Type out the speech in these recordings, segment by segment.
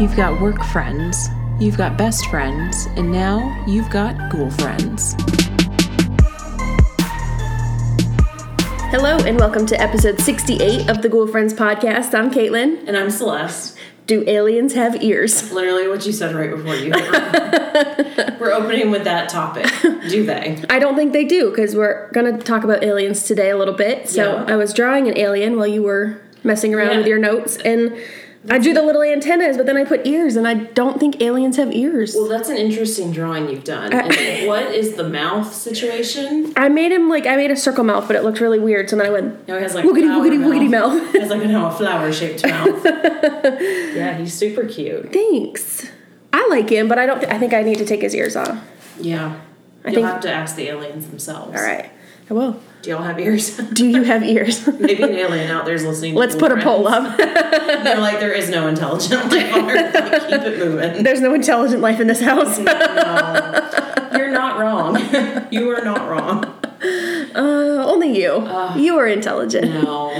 You've got work friends, you've got best friends, and now you've got ghoul friends. Hello, and welcome to episode 68 of the Ghoul Friends podcast. I'm Caitlin. And I'm Celeste. Do aliens have ears? Literally what you said right before you. We're opening with that topic. Do they? I don't think they do because we're going to talk about aliens today a little bit. So Yeah. I was drawing an alien while you were messing around Yeah. with your notes, and I drew the little antennas, but then I put ears, and I don't think aliens have ears. Well, that's an interesting drawing you've done. And what is the mouth situation? I made him like I made a circle mouth, but it looked really weird. So then I went, No, he has like Woogity, flower woogity, woogity mouth. He has like a flower shaped mouth. yeah, he's super cute. thanks. I like him, but I don't. I think I need to take his ears off. Yeah. I You'll think- have to ask the aliens themselves. All right, I will. Do y'all have ears? Do you have ears? Maybe an alien out there's listening. to Let's Ghoul put a Friends. poll up. They're like, there is no intelligent life on Earth. Like, keep it moving. There's no intelligent life in this house. No. You're not wrong. you are not wrong. Uh, only you. you are intelligent. No.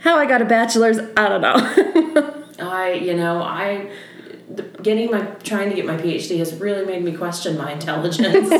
How I got a bachelor's, I don't know. I, you know, I. the- Getting my trying to get my PhD has really made me question my intelligence.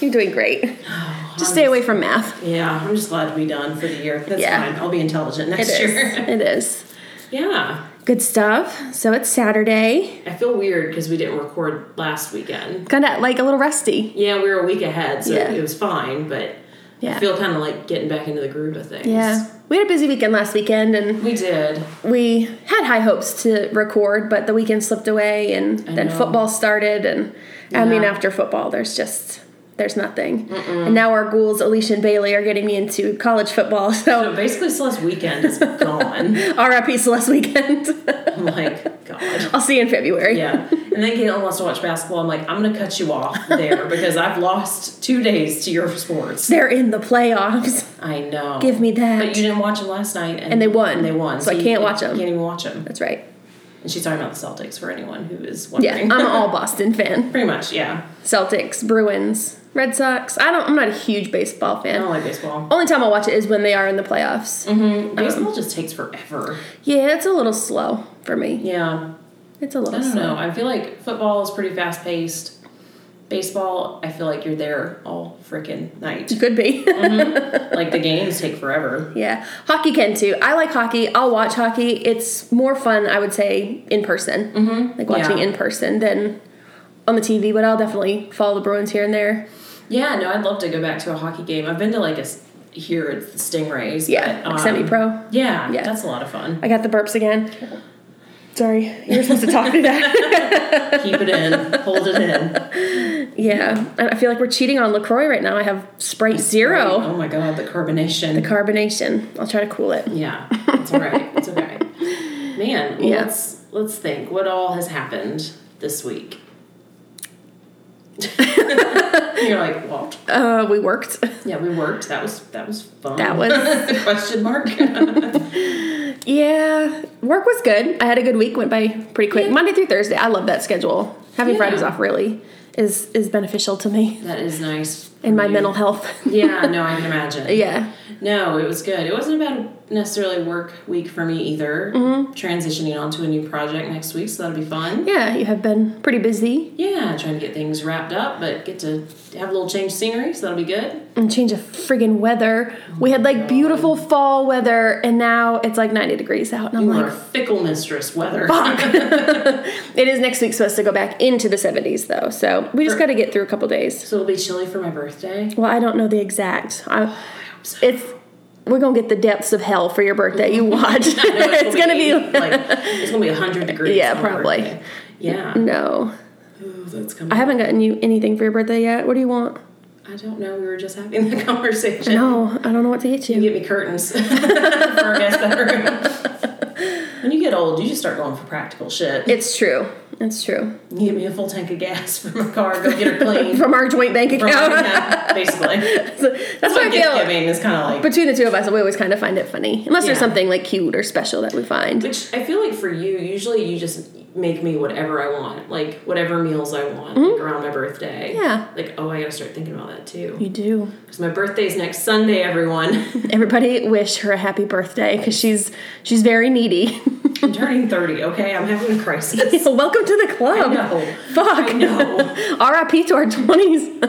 You're doing great. Oh, Just stay away from math. yeah, I'm just glad to be done for the year. That's Yeah. fine. I'll be intelligent It next is. year. It is. yeah, Good stuff. So it's Saturday. I feel weird because we didn't record last weekend. Kind of like a little rusty. Yeah, we were a week ahead, so Yeah. it was fine. But I Yeah. feel kind of like getting back into the groove of things. Yeah. We had a busy weekend last weekend and we did. we had high hopes to record, but the weekend slipped away and then know. football started. And I mean, Yeah. after football, there's just. There's nothing. And now our ghouls, Alicia and Bailey, are getting me into college football. So So basically, Celeste weekend is gone. RIP Celeste weekend. I'm like, God. I'll see you in February. Yeah. And then Caitlin wants to watch basketball. I'm like, I'm going to cut you off there because I've lost two days to your sports. They're in the playoffs. I know. Give me But you that. didn't watch them last night. And, And they won. And they won. So I you can't watch 'em. Can't even watch them. That's right. And she's talking about the Celtics for anyone who is Yeah, wondering. I'm an all Boston fan. Pretty much, yeah. Celtics, Bruins, Red Sox. I don't. I'm not a huge baseball I fan. don't like baseball. Um, Only time I watch it is when they are in the playoffs. Mm. Baseball just takes forever. Yeah, it's a little slow for me. Yeah. It's a little I don't slow. know. I feel like football is pretty fast paced. Baseball, I feel like you're there all freaking night. Could be. Mm. like the games take forever. yeah, hockey can too. I like hockey. I'll watch hockey. It's more fun, I would say, in person. Mm-hmm. Like watching Yeah. in person than on the TV. But I'll definitely follow the Bruins here and there. Yeah, no, I'd love to go back to a hockey game. I've been to like a s- here at the Stingrays. Yeah, but, um, semi pro. Yeah, Yeah. that's a lot of fun. I got the burps again. Sorry, you're supposed to talk through that. Keep it in, hold it in. yeah, and I feel like we're cheating on Lacroix right now. I have Sprite Zero Oh my god, the carbonation. carbonation. I'll try to cool it. yeah, it's all right. It's okay. Man, well, Yeah. let's let's think. What all has happened this week? You're like, well, Uh, we worked. yeah, we worked. That was that was fun. That was- question mark. Yeah, work was good. I had a good week. Went by pretty quick. Monday through Thursday. I love that schedule. Having Yeah. Fridays off really is is beneficial to me that is nice. for in my you. mental health. Yeah, no, I can imagine. yeah, No, it was good. It wasn't a bad necessarily work week for me either. Mm-hmm. Transitioning onto a new project next week, so that'll be fun. yeah. You have been pretty busy Yeah, trying to get things wrapped up, but get to have a little change of scenery, so that'll be good. and change of friggin' weather. We had like beautiful fall weather, and now it's like ninety degrees out, and I'm You like, are a fickle mistress weather. It is next week supposed to go back into the 70s though, so we just got to get through a couple days. So it'll be chilly for my birthday. Well, I don't know the exact. I, it's we're gonna get the depths of hell for your birthday. You watch. it's gonna be like it's gonna be hundred degrees. Yeah, on my probably. birthday. Yeah. no. Ooh, that's coming. I haven't gotten you anything for your birthday yet. What do you want? I don't know. We were just having the conversation. No, I don't know what to get You you. get me curtains for our guest bedroom. When you get old, you just start going for practical shit. It's true. It's true. You Give me a full tank of gas for my car. Go get her clean. From our joint bank From my account. dad, basically, that's So That's what I what gift feel. giving is kind of like. Between the two of us, we always kind of find it funny, unless there's Yeah. something like cute or special that we find. Which I feel like for you, usually you just make me whatever I want, like whatever meals I want, like around my birthday. Yeah. Like oh, I gotta start thinking about that too, You do. because my birthday's next Sunday, everyone. Everybody wish her a happy birthday because she's she's very needy. I'm turning 30, okay? I'm having a crisis. Welcome to the club. I know. Fuck. I know. R.I.P. to our twenties.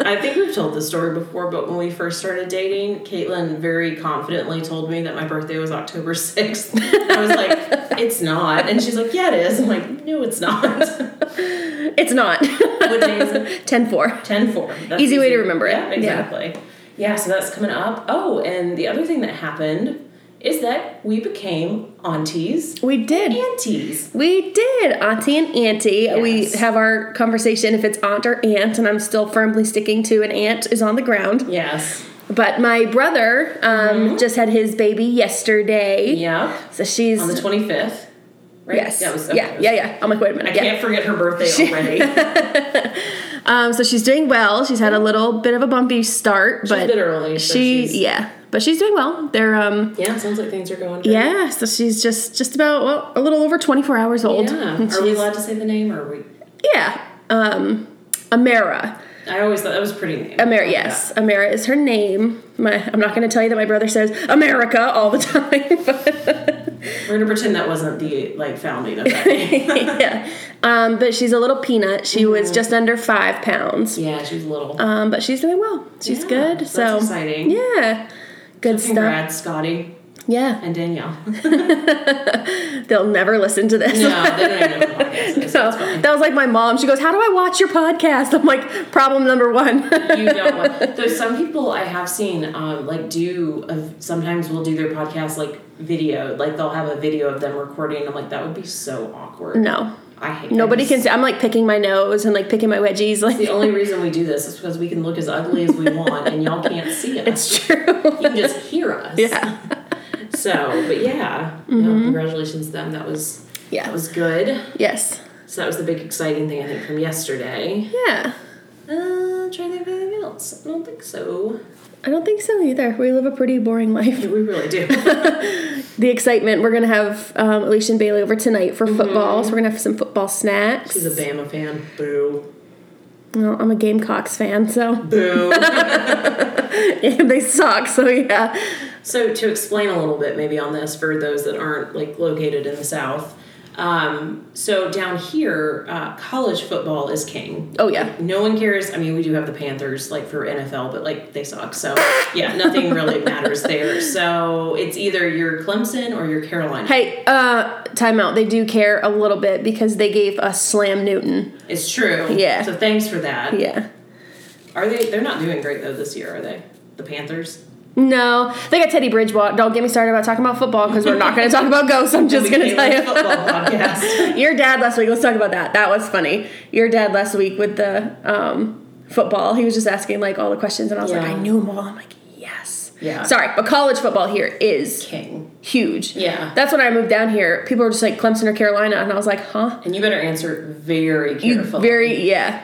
I think we've told this story before, but when we first started dating, Caitlin very confidently told me that my birthday was October 6th. I was like, it's not. And she's like, yeah, it is. I'm like, no, it's not. it's not. what day is it? Ten four. 10 4. That's Easy way to remember it. Yeah, Yeah. exactly. Yeah. so that's coming up. Oh, and the other thing that happened is that we became aunties, We did. aunties. We did. Auntie and auntie. We Yes. have our conversation if it's aunt or aunt, and I'm still firmly sticking to an aunt is on the ground. Yes. But my brother um, just had his baby yesterday. Mm-hmm. Yeah. So she's On the 25th. Right? yes. That was, yeah, yeah, yeah. I'm like, wait a I minute. yeah. can't forget her birthday already. Um, so she's doing well. She's had a little bit of a bumpy start, but bit early, so she she's- yeah, but she's doing well. They're um yeah, it sounds like things are going good. yeah, so she's just just about well, a little over 24 hours old. Yeah. And Are we she's- allowed to say the name or are we? yeah. Um Amara. I always thought that was a pretty name. Amara, yes. Amara is her name. My, I'm not going to tell you that my brother says America all the time. But We're going to pretend that wasn't the like founding of that name. yeah. Um, but she's a little peanut. She was just under five pounds. yeah, she's little. Um, but she's doing well. She's Yeah, good. that's so exciting. yeah, good stuff. Congrats, Scotty Yeah. and Danielle. They'll never listen to this. No, they don't even know what podcast is. So that was like my mom. She goes, "How do I watch your podcast?" I'm like, "Problem number one." You don't want. Though some people I have seen um, like do of sometimes will do their podcast like video, like they'll have a video of them recording. I'm like that would be so awkward. no, I hate. nobody I can. just- See. I'm like picking my nose and like picking my wedgies. Like The only reason we do this is because we can look as ugly as we want, and y'all can't see us. it's true. you can just hear us. yeah, Mm-hmm. So, but yeah, no, congratulations to them. That was that yeah, was good. yes, So that was the big exciting thing I think from yesterday. yeah. Uh, trying to think of anything else. I don't think so. I don't think so either. We live a pretty boring life. We really do. The excitement. We're gonna have um, Alicia and Bailey over tonight for football, so we're gonna have some football snacks. Mm-hmm. She's a Bama fan. Boo. well, I'm a Gamecocks fan, so Boo. and they suck. So yeah, so to explain a little bit maybe on this for those that aren't like located in the South. Um, so down here, uh, college football is king. oh yeah, No one cares. I mean, we do have the Panthers like for NFL, but like they suck. So yeah, nothing really matters there. So it's either you're Clemson or you're Carolina. Hey, uh, timeout. They do care a little bit because they gave us Slam Newton. It's true. Yeah. So thanks for that. Yeah. Are they? They're not doing great though this year, are they? The Panthers. No, they got Teddy Bridgewater. Don't get me started about talking about football because we're not going to talk about ghosts. I'm just We going to came tell you. with a Football podcast. Your dad last week. Let's talk about that. That was funny. Your dad last week with the um, football. He was just asking like all the questions, and I was like, Yeah. I knew them all. I'm like, yes. Yeah. Sorry, but college football here is King. huge. Yeah. That's when I moved down here. People were just like Clemson or Carolina, and I was like, huh. And you better answer very You carefully. very yeah.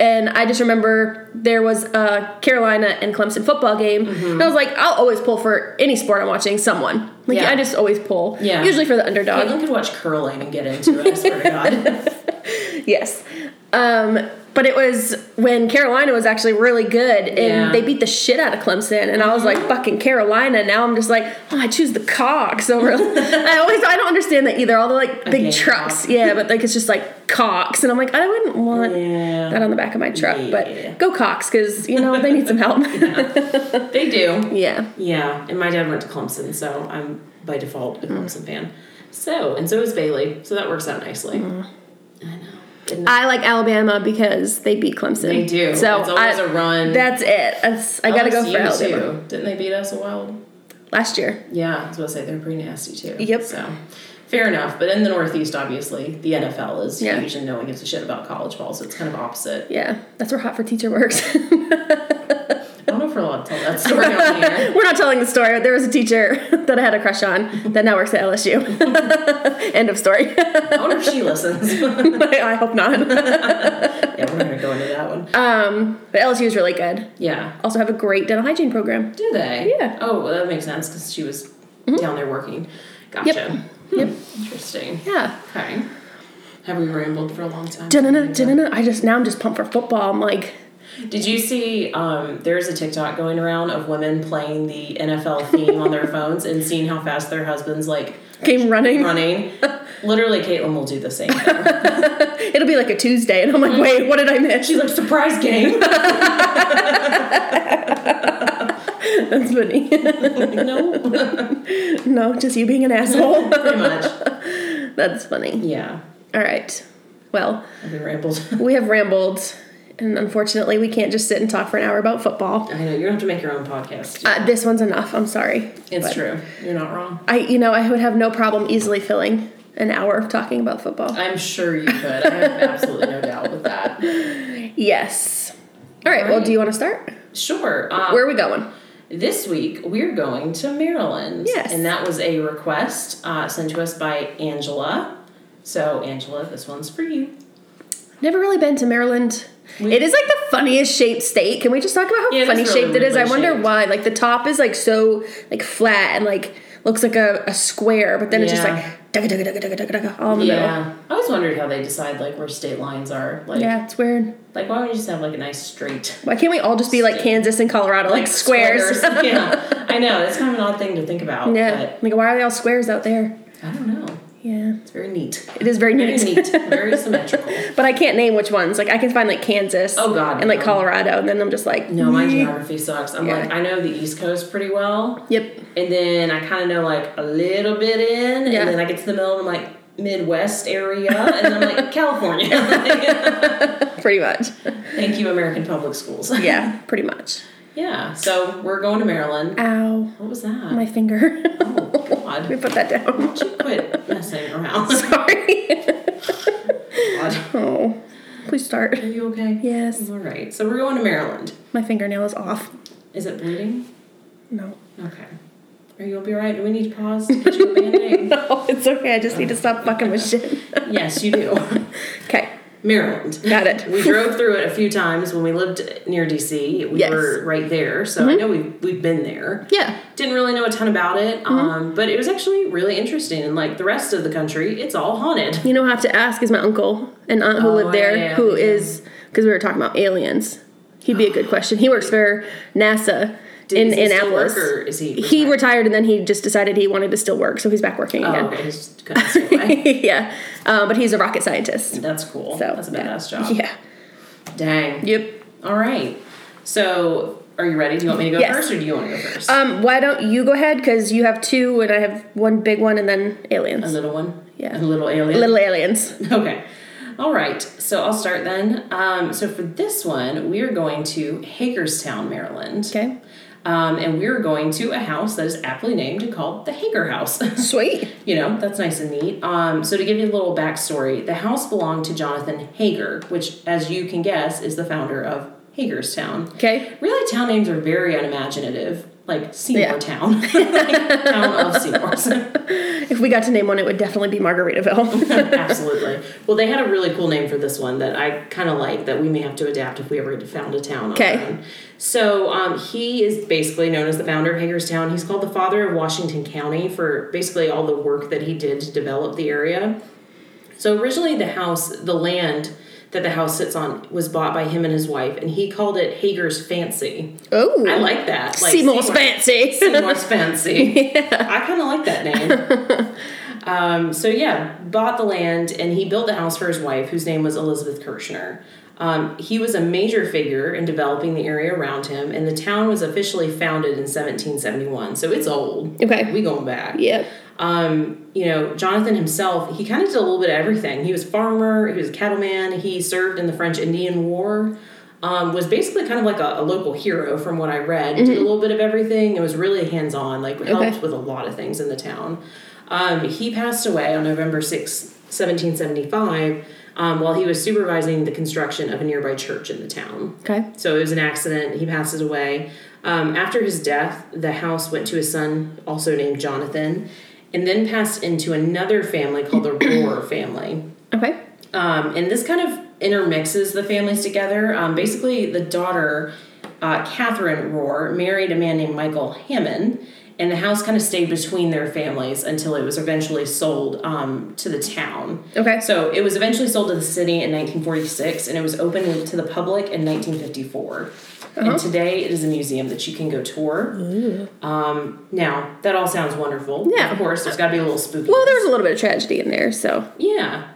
And I just remember there was a Carolina and Clemson football game. Mm-hmm. And I was like, I'll always pull for any sport I'm watching someone. Like Yeah. I just always pull. Yeah. Usually for the underdog. Caitlin could watch curling and get into it. I swear to God. Yes. Um, but it was when Carolina was actually really good and Yeah. Mm-hmm. they beat the shit out of Clemson and I was like fucking Carolina. Now I'm just like, oh, I choose the Cox over I always I don't understand that either. All the like big Again, trucks. Cox. Yeah, but like it's just like Cox and I'm like, I wouldn't want Yeah. that on the back of my truck. Yeah. But go Cox cuz you know they need some help. They do. yeah. Yeah. And my dad went to Clemson, so I'm by default a Mm-hmm. Clemson fan. So and so is Bailey. So that works out nicely. Mm-hmm. I know. Didn't I like Alabama because they beat Clemson. They do. So It's always I- a run. Oh, That's it. That's, I gotta go for LSU, Alabama. Too. Didn't they beat us a while? Last year, Yeah, I was gonna say they're pretty nasty too. Yep. So fair enough. But in the Northeast, obviously, the NFL is Yeah. huge, and no one gives a shit about college ball, so it's kind of opposite. yeah, that's where Hot for Teacher works. I don't know if we're allowed to tell that story on here. We're not telling the story, but there was a teacher that I had a crush on that now works at LSU. End of story. I wonder if she listens. yeah, I hope not. we're not gonna go into that one. Um, but LSU is really good. yeah. Also have a great dental hygiene program. Do they? Yeah. Mm-hmm. Oh, well, that makes sense because she was down there working. Gotcha. Yep. Hmm, Interesting. Yeah. Okay. Have we rambled for a long time? Da-na-na, da-na-na. I just now I'm just pumped for football. I'm like, Did you see? Um, there's a TikTok going around of women playing the NFL theme on their phones and seeing how fast their husbands like Came running. running. Literally, Caitlin will do the same. Thing. It'll be like a Tuesday, and I'm like, wait, what did I miss? She's like surprise game. That's funny. no, no, just you being an asshole. pretty much. That's funny. Yeah, All right. Well, I've been rambled. we have rambled, and unfortunately, we can't just sit and talk for an hour about football. I know you don't have to make your own podcast. Uh, this one's enough. I'm sorry. It's But true. You're not wrong. I, you know, I would have no problem easily filling an hour talking about football. I'm sure you could. I have absolutely no doubt with that. Yes. All right. Well, Alright. do you want to start? Sure. Um, Where are we going? This week, we're going to Maryland. Yes. And that was a request uh, sent to us by Angela. So, Angela, this one's for you. Never really been to Maryland. We- it is like the funniest shaped state. Can we just talk about how Yeah, it is funny really shaped it is? I weirdly wonder shaped. why. Like the top is like so like flat and like looks like a, a square, but then it's just Yeah. like dugga dugga dugga dugga dugga dugga all in the middle. Yeah. I always wondered how they decide like where state lines are. Like, Yeah, it's weird. like why don't you just have like a nice straight Why can't we all just be like Kansas and Colorado, like, squares? yeah. I know. It's kind of an odd thing to think about. yeah. Like why are they all squares out there? But I don't know. Yeah. It's very neat. It is very Very neat. neat. very symmetrical. But I can't name which ones. Like I can find like Kansas. Oh, God, And like no. Colorado, and then I'm just like No, my "Meh." geography sucks. I'm Yeah. like, I know the East Coast pretty well. Yep. And then I kind of know like a little bit in, Yeah. and then I get to the middle and I'm like Midwest area, and then I'm like California. Pretty much. Thank you, American public schools. Yeah. Pretty much. Yeah, so we're going to Maryland. Ow. What was that? My finger. oh, God. We put that down. Quit messing around. Sorry. God. oh, please start. Are you okay? Yes, All right, so we're going to Maryland. my fingernail is off. Is it bleeding? No. Okay. Are you gonna be all right? Do we need to pause to get you a band-aid? No, it's okay. I just need to stop fucking with shit. yes, you do. Okay, Maryland. got it. We drove through it a few times when we lived near DC. We Yes. Mm-hmm. were right there, so I know we've, we've been there. Yeah. Didn't really know a ton about it, Mm-hmm. um, but it was actually really interesting. And like the rest of the country, it's all haunted. You know, I have to ask is my uncle and aunt who Oh, lived there, yeah, who yeah. is because we were talking about aliens. He'd be a good question. He works for NASA Did- in is he still Annapolis. work, or is he? he retired and then he just decided he wanted to still work, so he's back working Oh, again. okay, he's gonna stay away. yeah, uh, but he's a rocket scientist. That's cool. So That's a yeah. badass job. Yeah. Dang. Yep. All right. So, are you ready? Do you want me to go Yes. first, or do you want to go first? Um, why don't you go ahead? Because you have two, and I have one big one, and then a aliens, little one. yeah. A little alien. little aliens. Okay. All right. So I'll start then. Um, so for this one, we are going to Hagerstown, Maryland. Okay, Um, and we're going to a house that is aptly named called the Hager House. sweet. you know, that's nice and neat. Um, so to give you a little backstory, the house belonged to Jonathan Hager, which, as you can guess, is the founder of Hagerstown. Okay, Really, town names are very unimaginative. Like Seymour Yeah. Town, like, town of Seymour. if we got to name one, it would definitely be Margaritaville. Absolutely. Well, they had a really cool name for this one that I kind of like that we may have to adapt if we ever found a town. on Okay. our own. So um, he is basically known as the founder of Hagerstown. He's called the father of Washington County for basically all the work that he did to develop the area. So originally, the house, the land that the house sits on, was bought by him and his wife, and he called it Hager's Fancy. oh, I like that. Like, Seymour's Seymour- fancy. Seymour's Fancy. I kind of like that name. um, so yeah, bought the land and he built the house for his wife, whose name was Elizabeth Kirshner. Um, he was a major figure in developing the area around him, and the town was officially founded in 1771. So it's old. Okay. we going back Yep. um, you know, Jonathan himself, he kind of did a little bit of everything. He was a farmer, he was a cattleman, he served in the French Indian War, um, was basically kind of like a, a local hero from what I read. Did a little bit of everything and was really hands on, like helped Okay. with a lot of things in the town. Um, he passed away on November 6, 1775, um, while he was supervising the construction of a nearby church in the town. Okay. So it was an accident. He passes away. Um, after his death, the house went to his son, also named Jonathan, and then passed into another family called the Rohr family. Okay. Um, and this kind of intermixes the families together. Um, basically, the daughter uh, Catherine Rohr married a man named Michael Hammond, and the house kind of stayed between their families until it was eventually sold um, to the town. Okay. So it was eventually sold to the city in 1946, and it was opened to the public in Uh-huh. 1954. And today it is a museum that you can go tour. Um, now that all sounds wonderful. Yeah. Of course, there's got to be a little spooky. Well, there was a little bit of tragedy in there, so Yeah,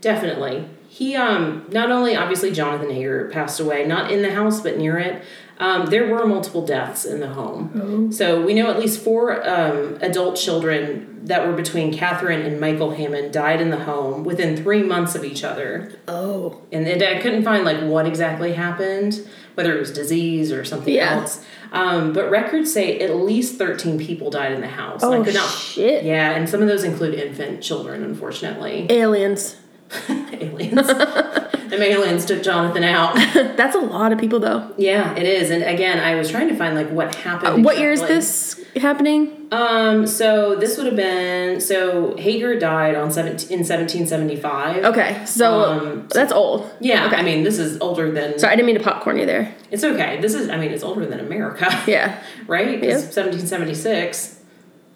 definitely. He um not only obviously Jonathan Hager passed away, not in the house but near it. Um, there were multiple deaths in the home. Oh. So we know at least four um, adult children that were between Catherine and Michael Hammond died in the home within three months of each other. oh, And it, I couldn't find like what exactly happened, whether it was disease or something Yeah. else. Um, but records say at least 13 people died in the house. and Oh, I could not, shit. Yeah, and some of those include infant children, unfortunately aliens. aliens. the aliens took Jonathan out. That's a lot of people, though. yeah, it is. And again, I was trying to find like what happened. Uh, What year is exactly. this happening? Um, so this would have been so Hager died on 17, in 1775. Okay, so Um, that's old. Yeah, Okay. I mean this is older than. Sorry, I didn't mean to popcorn you there. It's okay. This is I mean it's older than America. Yeah. Right. 'Cause Yeah. 1776.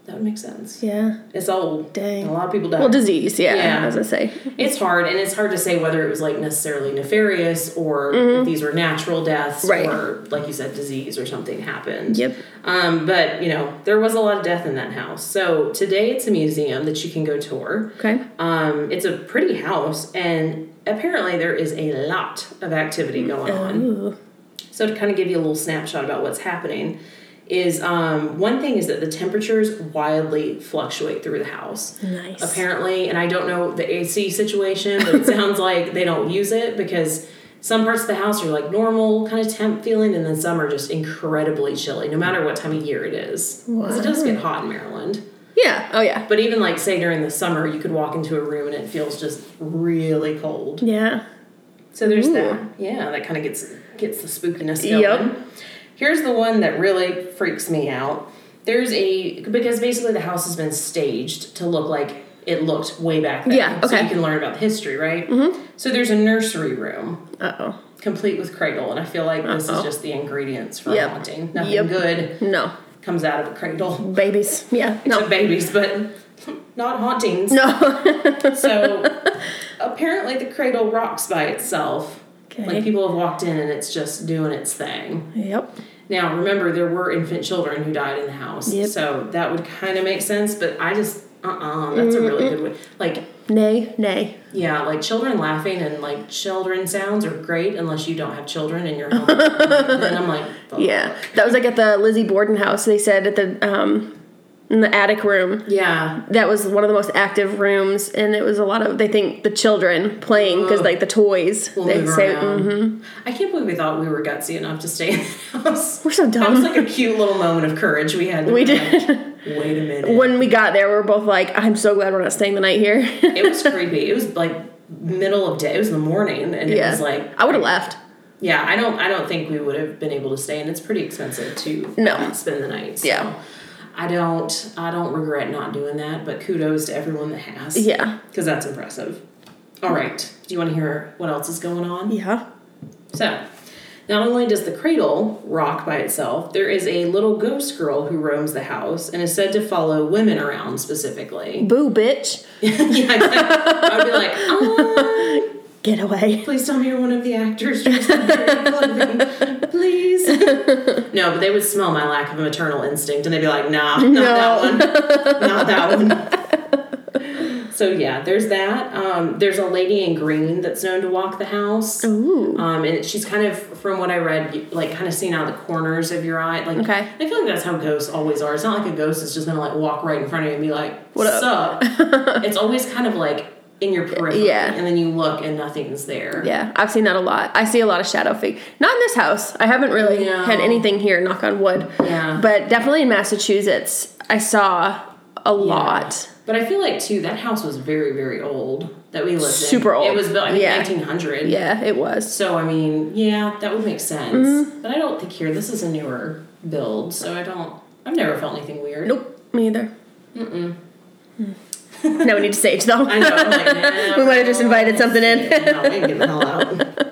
That would make sense. Yeah. It's old. Dang. A lot of people died. Well, disease. Yeah. Yeah. As I say. it's hard and it's hard to say whether it was like necessarily nefarious or if these were natural deaths Mm-hmm. Right. or like you said disease or something happened Yep. um, but you know there was a lot of death in that house so today it's a museum that you can go tour Okay. um, it's a pretty house and apparently there is a lot of activity going on Ooh. so to kind of give you a little snapshot about what's happening is um, one thing is that the temperatures wildly fluctuate through the house Nice. apparently and i don't know the ac situation but it sounds like they don't use it because some parts of the house are like normal kind of temp feeling and then some are just incredibly chilly no matter what time of year it is 'Cause it does get hot in maryland Yeah. Oh yeah. but even like say during the summer you could walk into a room and it feels just really cold Yeah. so there's Ooh. that. Yeah, that kind of gets gets the spookiness going. Yep. Here's the one that really freaks me out. There's a because basically the house has been staged to look like it looked way back then. Yeah, So okay. Mm-hmm. you can learn about the history, right? So there's a nursery room Uh oh. complete with cradle, and I feel like this Uh-oh. is just the ingredients for Yep. a haunting. Nothing Yep. good No. comes out of a cradle Babies. Yeah. to No. babies, but not hauntings. No. So apparently the cradle rocks by itself. Okay. Like people have walked in and it's just doing its thing. yep. Now remember there were infant children who died in the house. Yep. So that would kind of make sense, but I just uh uh that's a really good way. Like Nay. Nay. yeah, like children laughing and like children sounds are great unless you don't have children in your home. then I'm like, fuck. Yeah. That was like at the Lizzie Borden house. They said at the um in the attic room Yeah. that was one of the most active rooms and it was a lot of they think the children playing because like the toys We'll they move say around. mhm. I can't believe we thought we were gutsy enough to stay in the house. We're so That was dumb. like a cute little moment of courage we had. We We're did. like, Wait a minute. mm. when we got there we were both like i'm so glad we're not staying the night here it was creepy. It was like middle of day. It was in the morning, and it yeah was like, i would have left yeah, I don't, I don't think we would have been able to stay, and it's pretty expensive to No. uh, spend the night. so Yeah. I don't, I don't regret not doing that. But kudos to everyone that has, yeah because that's impressive. All right, do you want to hear what else is going on? yeah So, not only does the cradle rock by itself, there is a little ghost girl who roams the house and is said to follow women around specifically. boo bitch yeah, exactly. I would be like, "Um, get away Please tell me you're one of the actors dressed in dirty clothing. Please. no, but they would smell my lack of a maternal instinct and they'd be like, nah, not that one. Not that one. So yeah, there's that. Um, there's a lady in green that's known to walk the house. Ooh. Um, and she's kind of, from what I read, you- like kind of seen out of the corners of your eye. Like, Okay. I feel like that's how ghosts always are. It's not like a ghost is just gonna like walk right in front of you and be like, What "What's up?" up?" it's always kind of like in your periphery, Yeah. and then you look and nothing's there. yeah i've seen that a lot i see a lot of shadow fig not in this house i haven't really No. had anything here knock on wood Yeah. but definitely in massachusetts i saw a lot But I feel like too that house was very very old that we lived in. Super old. It was built I think Yeah. 1900. yeah it was So I mean, yeah, that would make sense. Mm-hmm. But I don't think here this is a newer build, so I don't. I've never felt anything weird. nope me either Mm-mm. no we need to sage though I know. I'm like, nah, we might have just invited something in no, we can get the hell out.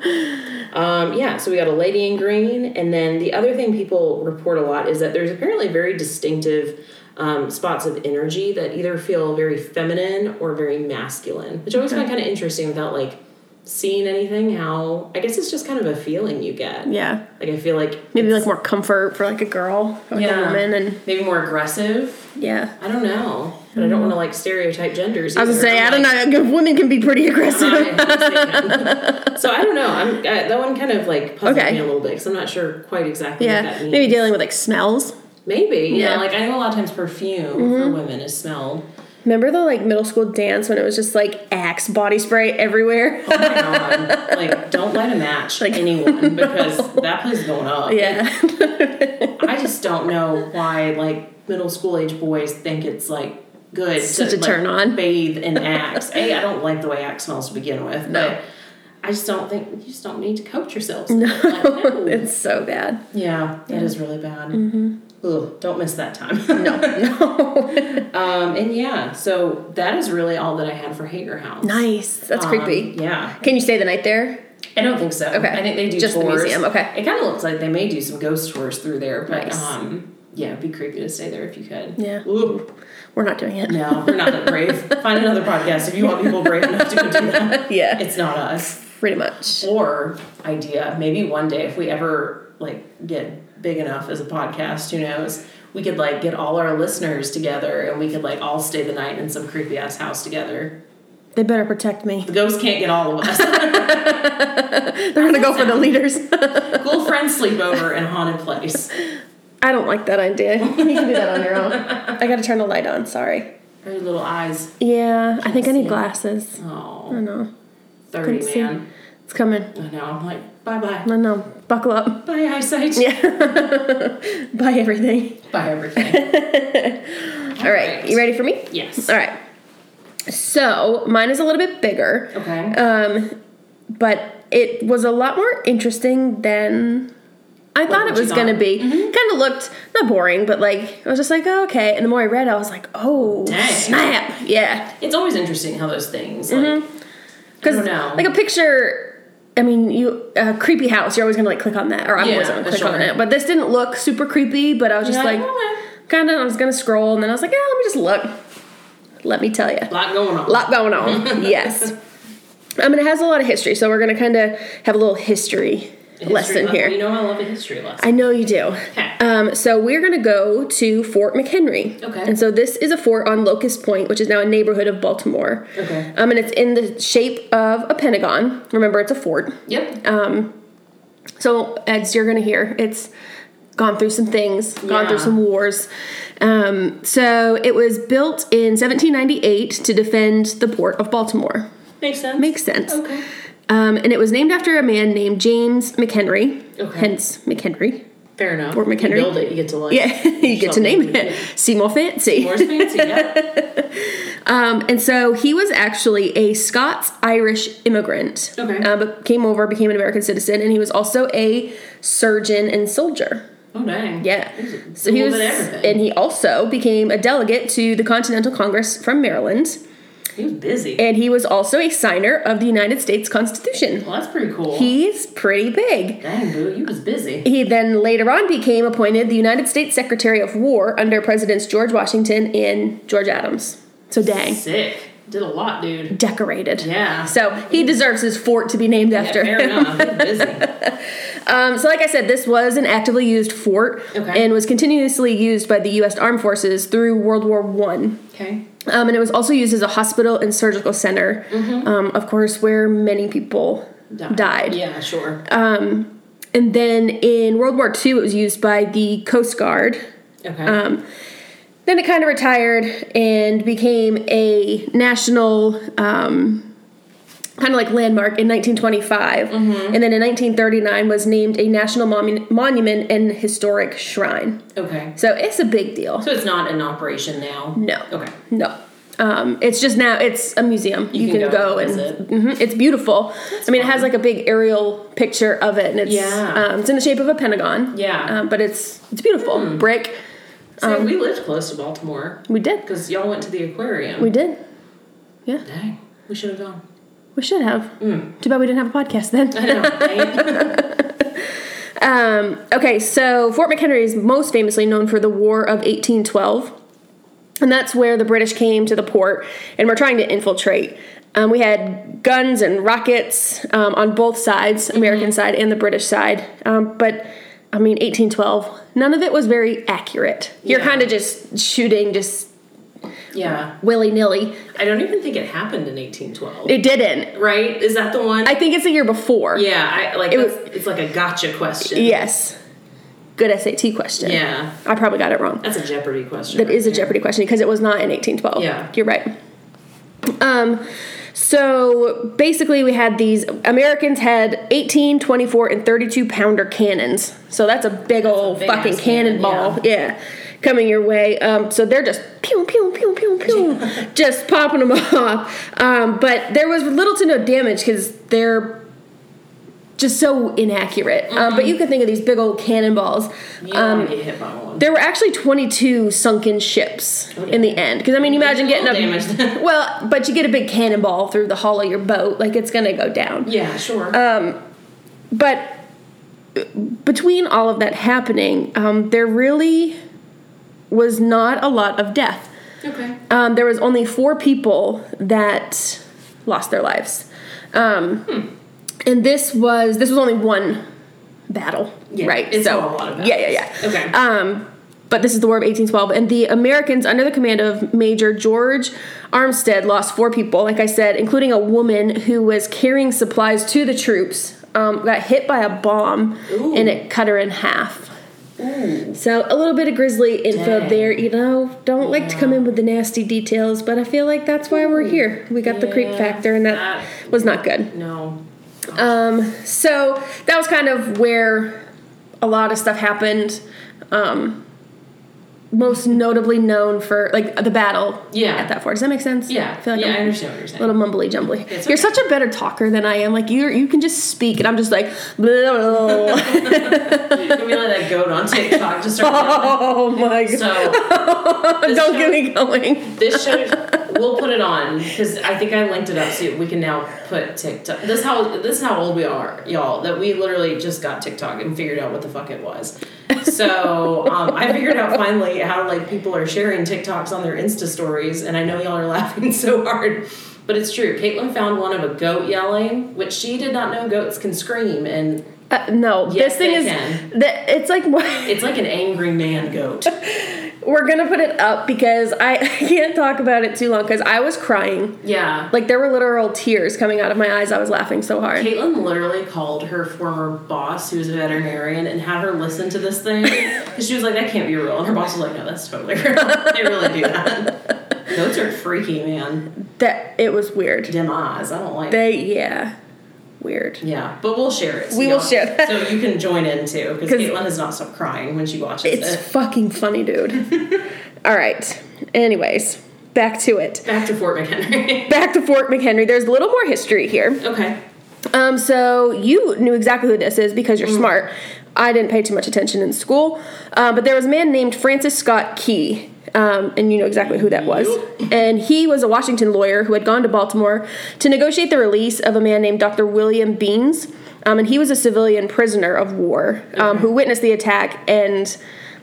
Um, yeah, so we got a lady in green, and then the other thing people report a lot is that there's apparently very distinctive um, spots of energy that either feel very feminine or very masculine, which I always find kind of interesting without like seeing anything. How I guess it's just kind of a feeling you get. Yeah. Like I feel like Maybe like more comfort for like a girl, or, like a Yeah. woman, and maybe more aggressive. yeah. I don't know, but I don't want to like stereotype genders. Mm-hmm. I was gonna either. say I I'm don't like, know. Women can be pretty aggressive. I- so I don't know. I'm I, that one kind of like puzzled Okay. me a little bit because I'm not sure quite exactly what yeah. that means. Maybe dealing with like smells. Maybe. Yeah. Yeah. Mm-hmm. Like I know a lot of times perfume for women is smelled. Remember the like middle school dance when it was just like Axe body spray everywhere? Oh my god! like don't light a match like, anyone because that place is going up. yeah. I just don't know why like middle school age boys think it's like good Such to a turn like, on. bathe in Axe. a I don't like the way Axe smells to begin with. No. But I just don't think you just don't need to coach yourselves. Like, no. it's so bad. Yeah, that is really bad. Mm-hmm. Ugh, don't miss that time. No, no. um, and yeah, so that is really all that I had for Hager House. nice. That's Um, creepy. Yeah, Can you stay the night there? I don't think so. Okay. I think they do Just the tours. museum, okay. It kind of looks like they may do some ghost tours through there, but Nice. um, yeah, it'd be creepy to stay there if you could. Yeah. Ooh, We're not doing it. no, we're not that brave. Find another podcast if you want people brave enough to go do that. Yeah. It's not us. Pretty much. Or idea, maybe one day if we ever like get big enough as a podcast, who knows? We could like get all our listeners together and we could like all stay the night in some creepy ass house together. They better protect me. The ghosts can't get all of us. They're gonna go for the leaders. cool friends sleepover in a haunted place. I don't like that idea. You can do that on your own. I gotta turn the light on, sorry. Her little eyes. Yeah, I think I need see. glasses. I Oh, know. 30, Hmm, Couldn't see. man. It's coming. I know. I'm like, bye bye. I know. Buckle up. Bye, eyesight. Yeah. Buy everything. Bye, everything. All right. You ready for me? Yes. All right. So mine is a little bit bigger. Okay. Um, but it was a lot more interesting than I thought it would you Mm-hmm. was going to thought? be. Kind of looked not boring, but like I was just like, oh, okay. And the more I read, I was like, oh, Dang. Oh, snap, yeah. it's always interesting how those things, like, Mm-hmm. Because don't know. like a picture. I mean, you a creepy house. You're always gonna like click on that, or I'm Yeah, always gonna click sure. on it. But this didn't look super creepy. But I was you're "Oh, just like, okay. kind of. I was gonna scroll, and then I was like, yeah, let me just look. Let me tell you. a lot going on. lot going on. yes. I mean, it has a lot of history, so we're going to kind of have a little history, History lesson lesson. here. You know, I love a history lesson. I know you do. Okay. Um, so we're going to go to Fort McHenry. Okay. And so this is a fort on Locust Point, which is now a neighborhood of Baltimore. Okay. Um, and it's in the shape of a pentagon. Remember, it's a fort. yep. So, as you're going to hear, it's gone through some things, gone through Yeah. some wars. Um, so, it was built in 1798 to defend the port of Baltimore. makes sense. Makes sense. Okay. Um, and it was named after a man named James McHenry, Okay. hence McHenry. Fair enough. Fort You McHenry. build it, you get to like. Yeah, you get to Something. name it. Seymour fancy. More fancy. Yeah. Um, and so he was actually a Scots Irish immigrant. Okay. Uh, but came over, became an American citizen, and he was also a surgeon and soldier. Oh dang. Yeah. He's So he cool was, than everything. and he also became a delegate to the Continental Congress from Maryland, He was busy. and he was also a signer of the United States Constitution. well, that's pretty cool. He's pretty big. dang, boo, you was busy. He then later on became appointed the United States Secretary of War under Presidents George Washington and George Adams. So dang, Sick. Did a lot, dude. decorated. Yeah. So he deserves his fort to be named Yeah, after. fair him. enough. He was busy. Um, so, like I said, this was an actively used fort Okay. and was continuously used by the U.S. Armed Forces through World War One. Okay. Um, and it was also used as a hospital and surgical center, um, of course, where many people died. Mm-hmm. Uh, Yeah, sure. And then in World War II, it was used by the Coast Guard. okay. um, then it kind of retired and became a national um, kind of like landmark in 1925 and then in 1939 was named a national Monu- monument and historic shrine okay. so it's a big deal So it's not in operation now? no Okay. no um, it's just now it's a museum you, can, go, and visit. Mhm, it's beautiful i mean it has like a big aerial picture of it and it's Yeah. um, it's in the shape of a pentagon Yeah. um, but it's it's beautiful brick So Um, we lived close to Baltimore we did because y'all went to the aquarium. we did yeah Dang. We should have gone. We should have. Too bad we didn't have a podcast then. I know, right? Um, okay, so Fort McHenry is most famously known for the War of 1812, and that's where the British came to the port and were trying to infiltrate. Um, we had guns and rockets um, on both sides, American side and the British side. Um, but I mean, 1812, none of it was very accurate. You're Yeah. kind of just shooting just yeah. willy nilly. I don't even think it happened in 1812. It didn't. right? Is that the one? I think it's the year before. yeah, I, like It that's- it's like a gotcha question. Yes. Good SAT question. Yeah. I probably got it wrong. That's a Jeopardy question. That is a right there. Jeopardy question because it was not in 1812. Yeah. You're right. Um, so basically, we had these Americans had 18, 24, and 32 pounder cannons. So that's a big old big fucking ass cannon, cannonball. yeah. Coming your way. Um, so they're just pew, pew, pew, pew, pew, just popping them off. Um, but there was little to no damage because they're just so inaccurate. Um, Mm-hmm. but you can think of these big old cannonballs. You don't Um, wanna get hit by one. There were actually 22 sunken ships in the end. Because, I mean, you imagine getting Little a. damage. well, but you get a big cannonball through the hull of your boat. Like, it's going to go down. Yeah, sure. Uh, But uh, between all of that happening, um, there really was not a lot of death. okay. Um, there was only four people that lost their lives. Um, Hmm. And this was this was only one battle, Yeah, right? it's not a lot of yeah, yeah, yeah. Okay. Um, but this is the War of 1812, and the Americans, under the command of Major George Armstead, lost four people, like I said, including a woman who was carrying supplies to the troops, um, got hit by a bomb, Ooh. and it cut her in half. Ooh. So a little bit of grisly info Dang. there, you know. Don't like to come in with the nasty details, but I feel like that's why we're here. We got the creep Yeah, Ah. factor, and that that- was not good. No. Um, so that was kind of where a lot of stuff happened. Um, most notably known for like the battle. Yeah. At that fort. Does that make sense? Yeah. I feel like yeah, i I'm understand what you're saying. a little mumbly jumbly. It's You're such a better talker than I am. Like you, you can just speak, and I'm just like, Can we let that goat on TikTok just start oh my god! Don't So show- get me going. this show we'll put it on because I think I linked it up so we can now put TikTok. This how this is how old we are, y'all. That we literally just got TikTok and figured out what the fuck it was. So um, I figured out finally how like people are sharing TikToks on their Insta stories, and I know y'all are laughing so hard. But it's true. Caitlin found one of a goat yelling, which she did not know goats can scream, and Uh, no, this Yes, thing they is can. that it's like it's like an angry man goat. we're gonna put it up because I, I can't talk about it too long because I was crying. Yeah. Like there were literal tears coming out of my eyes. I was laughing so hard. Caitlin literally called her former boss, who was a veterinarian, and had her listen to this thing because she was like, "That can't be real." And her boss was like, "No, that's totally real. they really do that. Goats are freaky, man. That it was weird. Dim eyes. I don't like. They yeah, weird. yeah, but we'll share it. so We will y'all- share that. So you can join in too, because 'Cause- Caitlin has not stopped crying when she watches It's it. fucking funny, dude. All right. Anyways, back to it. Back to Fort McHenry. Back to Fort McHenry. There's a little more history here. okay. Um, so you knew exactly who this is because you're smart. I didn't pay too much attention in school, uh, but there was a man named Francis Scott Key, um, and you know exactly who that was. Yup. And he was a Washington lawyer who had gone to Baltimore to negotiate the release of a man named Dr. William Beans, um, and he was a civilian prisoner of war um, who witnessed the attack, and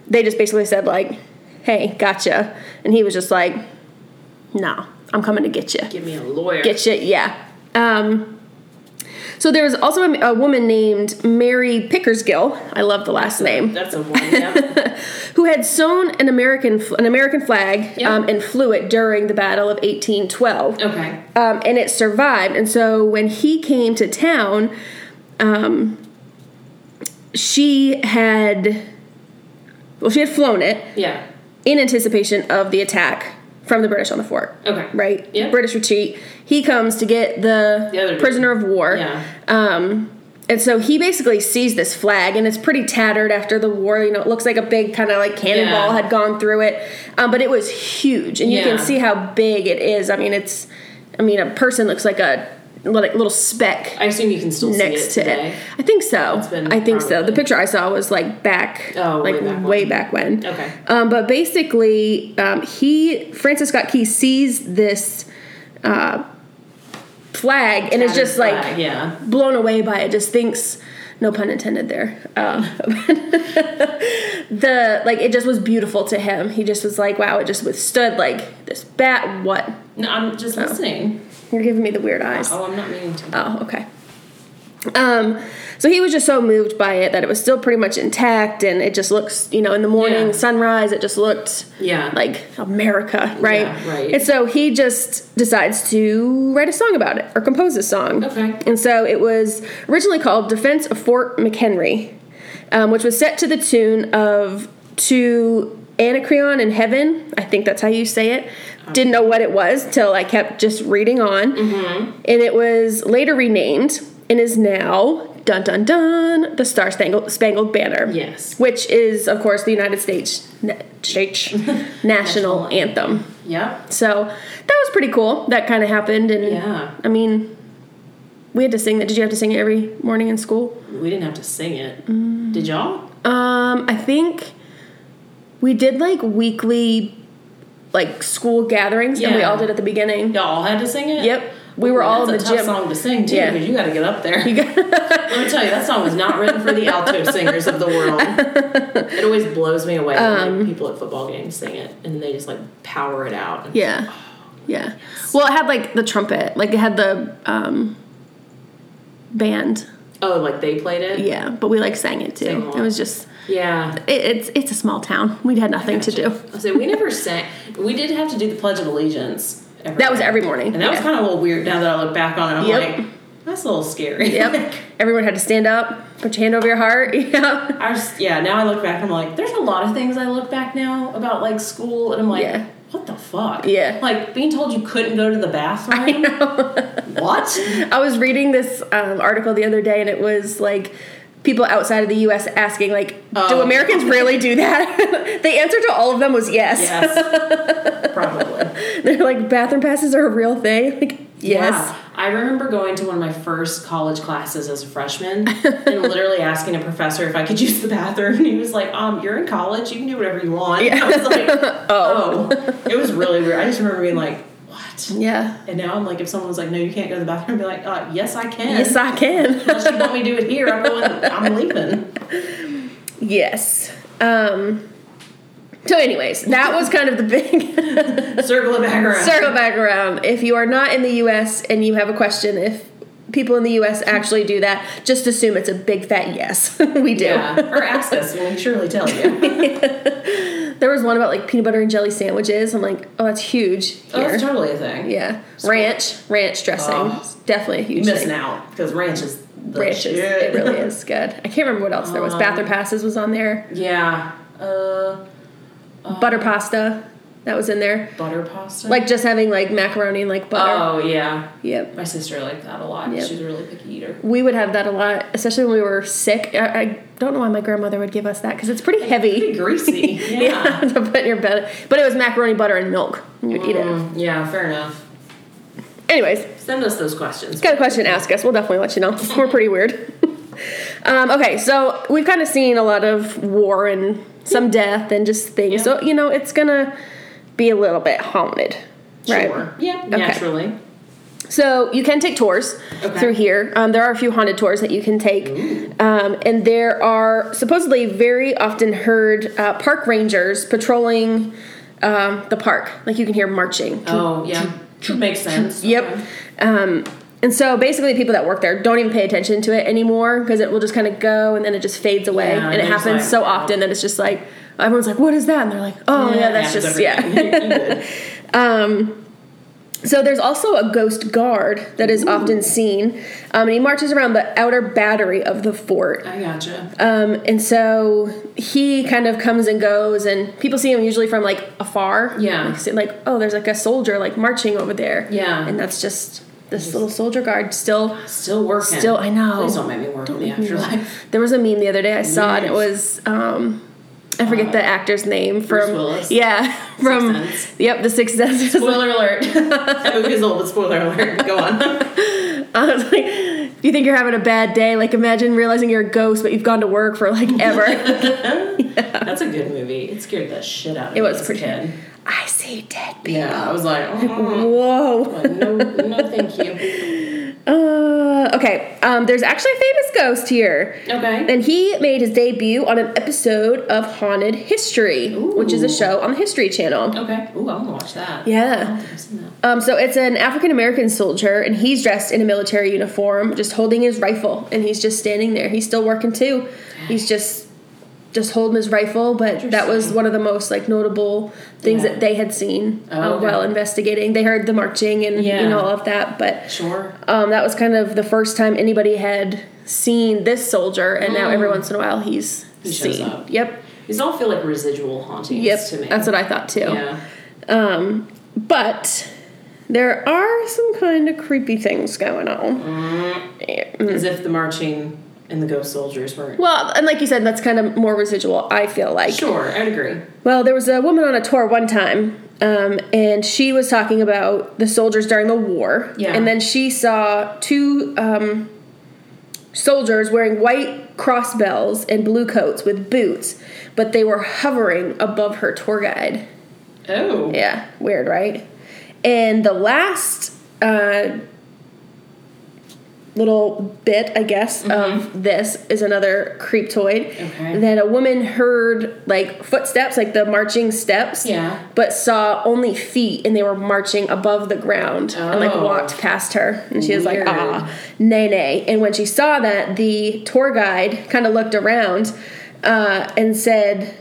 they just basically said like, "Hey, gotcha," and he was just like, "No, I'm coming to get you." Give me a lawyer. Get shit, yeah. Um, so there was also a, a woman named Mary Pickersgill. I love the last name. That's a one. Yeah. Who had sewn an American fl- an American flag Yeah. um, and flew it during the Battle of 1812, okay. um, and it survived. And so when he came to town, um, she had well, she had flown it Yeah. in anticipation of the attack from the British on the fort Okay. right? Yeah. British retreat. He comes to get the, The other dude. prisoner of war. Yeah. Um, and so he basically sees this flag, and it's pretty tattered after the war. You know, it looks like a big kind of like cannonball Yeah. had gone through it, um, but it was huge, and you Yeah. can see how big it is. I mean, it's, I mean, a person looks like a like little speck I assume you can still next see it to today. it. I think so. been I think so. The probably- picture I saw was like back, Oh, way like back when. way back when. Okay. Um, but basically, um, he Francis Scott Key sees this uh, flag and is just like Flag, yeah. blown away by it just thinks no pun intended there uh, the like it just was beautiful to him he just was like wow it just withstood like this bat what No, I'm just Oh. listening. you're giving me the weird eyes Oh, I'm not meaning to. oh okay um so he was just so moved by it that it was still pretty much intact and it just looks you know in the morning Yeah. sunrise it just looked Yeah. like America, right? Yeah, right. And so he just decides to write a song about it or compose a song. Okay. And so it was originally called Defense of Fort McHenry, um, which was set to the tune of To Anacreon in Heaven. I think that's how you say it. Oh. Didn't know what it was till I kept just reading on. Mm-hmm. And it was later renamed and is now. Dun dun dun! The Star Spangled, Spangled Banner Yes. which is of course the United States na- states national anthem. Yeah. So that was pretty cool. That kind of happened, and Yeah. I mean, we had to sing that. Did you have to sing it every morning in school? We didn't have to sing it. Mm. Did y'all? Um, I think we did like weekly, like school gatherings, and we Yeah. all did at the beginning. Y'all all had to sing it. Yep, we were Well, all in the that's a gym. tough song to sing too, Yeah. because you got to get up there. Let me tell you, that song was not written for the alto singers of the world. It always blows me away when Um, like, people at football games sing it and they just like power it out. Yeah. Yeah. Well, it had like the trumpet, like it had the um, band. Oh, like they played it. Yeah, but we like sang it too. Sang along. It was just Yeah. it, it's it's a small town. We had nothing to do. I say we never sang. We did have to do the Pledge of Allegiance. Every That was day. every morning. And that was yeah. kind of a little weird. Now that I look back on it, I'm Yep. like, that's a little scary. Yep. Everyone had to stand up, put your hand over your heart. Yeah. I was, yeah, now I look back, I'm like, there's a lot of things I look back now about like school, and I'm like, Yeah. what the fuck? Yeah. Like being told you couldn't go to the bathroom. I know. What? I was reading this um, article the other day, and it was like people outside of the U.S. asking, like, do Oh. Americans really do that? the answer to all of them was yes. Yes. Probably. They're like, bathroom passes are a real thing. Like, yes. Yeah. I remember going to one of my first college classes as a freshman and literally asking a professor if I could use the bathroom. And he was like, um, you're in college, you can do whatever you want. I was like, oh. It was really weird. I just remember being like, what? Yeah. And now I'm like, if someone was like, no, you can't go to the bathroom, I'd be like, uh, yes, I can. Yes, I can. Unless you want me to do it here, I'm going. I'm leaving. yes. Um, so, anyways, that was kind of the big. Circle it back around. circle back around. If you are not in the U.S. and you have a question, if people in the U.S. actually do that, just assume it's a big fat yes. we do. yeah, or ask us. We'll surely tell you. There was one about like peanut butter and jelly sandwiches. I'm like, oh, that's huge Oh, here. that's totally a thing. yeah, ranch, ranch dressing, Oh. It's definitely a You huge missing thing. out because ranch is the Ranches, it shit. really is good. I can't remember what else there was. Bathroom passes was on there. Yeah, uh, butter pasta, that was in there. butter pasta. Like just having like macaroni and like butter. oh yeah, Yep. my sister liked that a lot. Yep. She's a really picky eater. We would have that a lot, especially when we were sick. I, I don't know why my grandmother would give us that because it's pretty Pretty heavy. greasy. Yeah, Yeah. to put in your bed. But it was macaroni, butter, and milk. and You'd eat it. Mm, yeah, fair enough. Anyways, Send us those questions. got a question? Ask us. We'll definitely let you know. We're pretty weird. um, okay, so we've kind of seen a lot of war and some death and just things. Yeah. So you know, it's gonna be a little bit haunted, right? Sure. Yeah, naturally. So you can take tours Okay. through here. Um, there are a few haunted tours that you can take, um, and there are supposedly very often heard uh, park rangers patrolling um, the park. Like you can hear marching. Oh yeah, makes sense. Yep. Um, and so basically, people that work there don't even pay attention to it anymore because it will just kind of go and then it just fades away. Yeah, and it they're just happens like, so "Oh." often that it's just like everyone's like, "What is that?" And they're like, "Oh yeah, that's just yeah." yeah. So there's also a ghost guard that is often seen, um, and he marches around the outer battery of the fort. I gotcha. Um, and so he kind of comes and goes, and people see him usually from like afar. Yeah. like, see- like, oh, there's like a soldier like marching over there. Yeah. and that's just this little soldier guard still. Still working. Still, I know. Please don't make me work in the afterlife. There was a meme the other day I saw, and it Yes. was Uh, um, I forget the actor's name from Willis. yeah from Sense. yep the Sixth Sense. Spoiler alert. that movie is old, but spoiler alert. Go on. I was like, if you think you're having a bad day, like imagine realizing you're a ghost, but you've gone to work for like ever. That's a good movie. It scared the shit out of me. It was as a pretty- kid. I see dead people. Yeah, I was like, oh, Whoa. no, no, thank you. Um, there's actually a famous ghost here. Okay. And he made his debut on an episode of Haunted History, which is a Ooh. show on the History Channel. Okay. Ooh, I want to watch that. I don't Yeah. think I've seen that. Um, so it's an African American soldier, and he's dressed in a military uniform, just holding his rifle, and he's just standing there. He's still working too. He's just just holding his rifle, but that was Interesting. one of the most like notable things Yeah. that they had seen Oh, uh, okay. while investigating. They heard the marching and you Yeah. know all of that, but Sure. um, that was kind of the first time anybody had seen this soldier, and now every once in a while he's Mm. He shows seen. up. Yep, These all feel like residual hauntings yep, to me. that's what I thought too. Yeah. Um, but there are some kind of creepy things going on. Mm. As if the marching and the ghost soldiers weren't. Well, and like you said, that's kind of more residual, I feel like. Sure, I'd agree. Well, there was a woman on a tour one time, um, and she was talking about the soldiers during the war. Yeah. And then she saw two um, soldiers wearing white cross bells and blue coats with boots, but they were hovering above her tour guide. Oh. Yeah, weird, right? And the last uh, little bit, I guess, of this is another creeptoid Mm-hmm. Okay. that a woman heard like footsteps, like the marching steps, Yeah. but saw only feet, and they were marching above the ground and like Oh. walked past her, and she was like, Weird. ah, nay, nay. And when she saw that, the tour guide kind of looked around uh, and said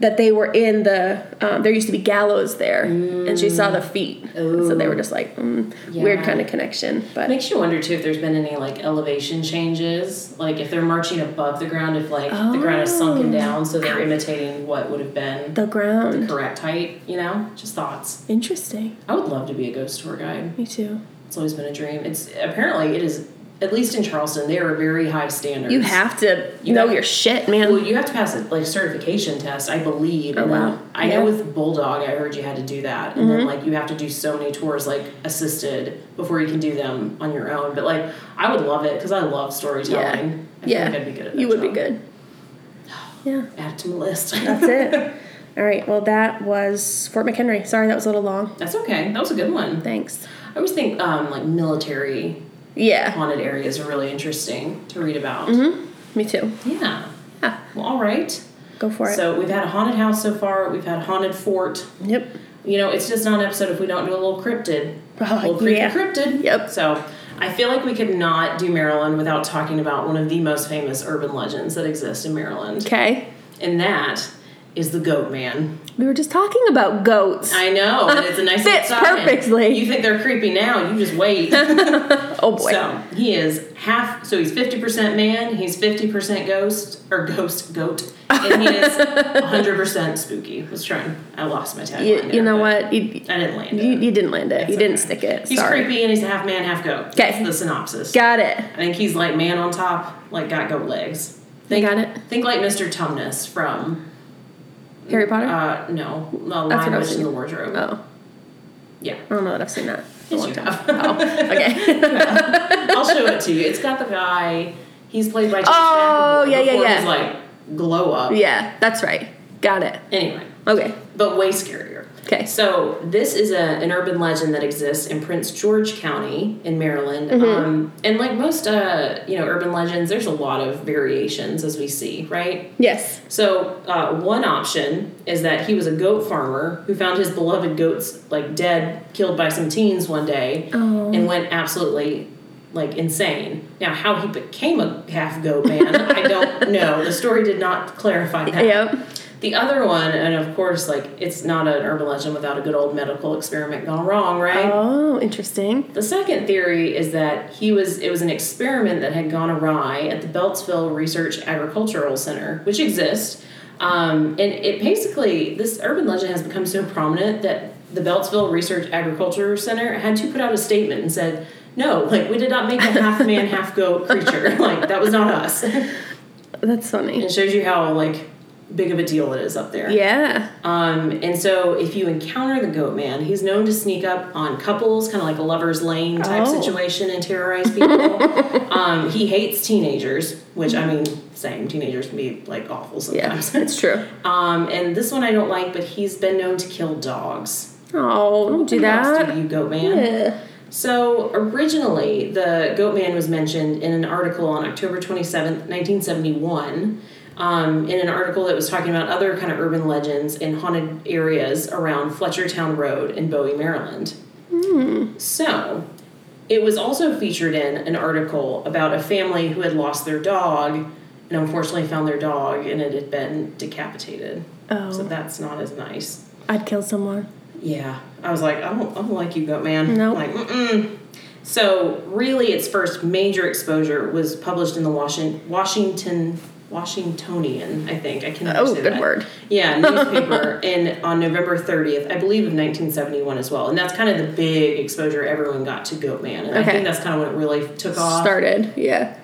that they were in the, um, there used to be gallows there, and she saw the feet. So they were just like, mm, weird Yeah. kind of connection. But Makes you wonder too if there's been any like elevation changes, like if they're marching above the ground, if like the ground is sunken Oh. down, so they're imitating what would have been the ground. correct height. You know, just thoughts. Interesting. I would love to be a ghost tour guide. Me too. It's always been a dream. It's apparently it is at least in Charleston they are very high standards. You have to You know have- your shit, man. Well, you have to pass a like certification test, I believe. Oh, and then wow. I Yeah. Mm-hmm. know with Bulldog, I heard you had to do that, and then like you have to do so many tours like assisted before you can do them on your own. But like, I would love it because I love storytelling. I yeah. think I'd be good at that you would be job. good. Yeah. Add it to my list. That's it. All right. Well, that was Fort McHenry. Sorry, that was a little long. That's okay. That was a good one. Thanks. I always think um, like military Yeah. haunted areas are really interesting to read about. Me too. Yeah. Mm-hmm. Yeah. Well, all right. Go for it. So we've had a haunted house so far. We've had haunted fort. yep. you know, it's just not an episode if we don't do a little cryptid. Oh, a little creepy yeah. cryptid. Yep. So I feel like we could not do Maryland without talking about one of the most famous urban legends that exist in Maryland. Okay. And that is the goat man. We were just talking about goats. I know, and it's a nice Fits little tie-in. perfectly. You think they're creepy now, you just wait. oh boy. so he is half so he's fifty percent man, he's fifty percent ghost or ghost goat. And he is 100% spooky. I was trying. I lost my tagline. you, you there, know but what? You, I didn't land it. you, you didn't land it. It's you didn't okay. stick it. He's Sorry. creepy and he's a half man, half goat. Okay. That's the synopsis. Got it. I think he's like man on top, like got goat legs. They Think, got it. Think like Mr. Tumnus from Harry Potter. uh no, no That's what I Lion was Witch in the Wardrobe. oh, Yeah. I don't know that I've seen that. in a Yes, long you time. have. Oh, okay. I'll show it to you. It's got the guy he's played by James Oh, yeah, McAvoy yeah, before yeah. He's like glow up. yeah, that's right. Got it. Anyway. Okay. But way scarier. Okay. So this is a, an urban legend that exists in Prince George County in Maryland, Mm-hmm. um, and like most uh, you know urban legends, there's a lot of variations as we see, right? Yes. So uh, one option is that he was a goat farmer who found his beloved goats like dead, killed by some teens one day, Oh. and went absolutely like insane. Now, how he became a half goat man, I don't know. The story did not clarify that. Yep. The other one, and of course, like it's not an urban legend without a good old medical experiment gone wrong, right? Oh, interesting. The second theory is that he was it was an experiment that had gone awry at the Beltsville Research Agricultural Center, which exists. Um, and it basically this urban legend has become so prominent that the Beltsville Research Agriculture Center had to put out a statement and said, "No, like we did not make a half man, half goat creature. Like that was not us." it That's funny. shows you how like big of a deal it is up there. Yeah. Um, and so if you encounter the goat man, he's known to sneak up on couples, kind of like a lover's lane type Oh. situation, and terrorize people. um, he hates teenagers, which I mean, same teenagers can be like awful Yeah, sometimes. it's true. um, and this one I don't like, but he's been known to kill dogs. Oh, don't do What dogs that. do you, goat man? Yeah. So originally, the goat man was mentioned in an article on October 27th, 1971, um, in an article that was talking about other kind of urban legends in haunted areas around Fletchertown Road in Bowie, Maryland. So it was also featured in an article about a family who had lost their dog and unfortunately found their dog and it had been decapitated. Oh. So that's not as nice. I'd kill someone. Yeah, I was like, I don't, I don't like you, goat man. Nope. Like, mm-mm. So really, its first major exposure was published in the Washington, Washington, Washingtonian. I think I can. never Oh, say good that. word. Yeah, newspaper, and on November thirtieth, I believe, of nineteen seventy one as well. And that's kind of the big exposure everyone got to goat man, and I Okay. think that's kind of when it really took off. Started, yeah.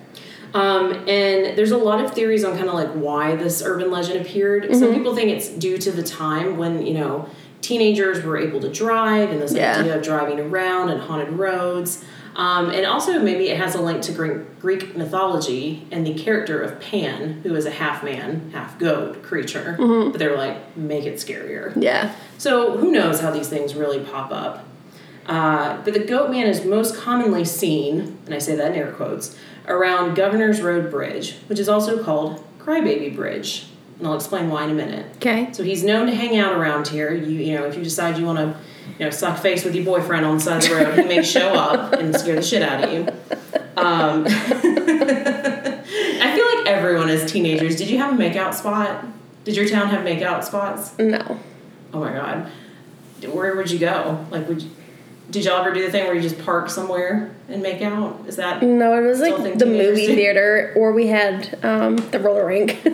Um, and there's a lot of theories on kind of like why this urban legend appeared. Some people think it's due to the time when, you know, teenagers were able to drive and this Yeah. idea of driving around and haunted roads. Um, and also, maybe it has a link to Greek, Greek mythology and the character of Pan, who is a half man, half goat creature. But they're like, make it scarier. Yeah. So who knows how these things really pop up? Uh, but the goat man is most commonly seen, and I say that in air quotes, around Governor's Road Bridge, which is also called Crybaby Bridge, and I'll explain why in a minute. Okay. So he's known to hang out around here. You you know if you decide you want to you know suck face with your boyfriend on the side of the road, he may show up and scare the shit out of you. Um, I feel like everyone as teenagers. Did you have a makeout spot? Did your town have makeout spots? No. Oh my god. Where would you go? Like, would you, did y'all ever do the thing where you just park somewhere and make out? Is that No, it was Still like think the teenagers movie do. theater, or we had um, the roller rink.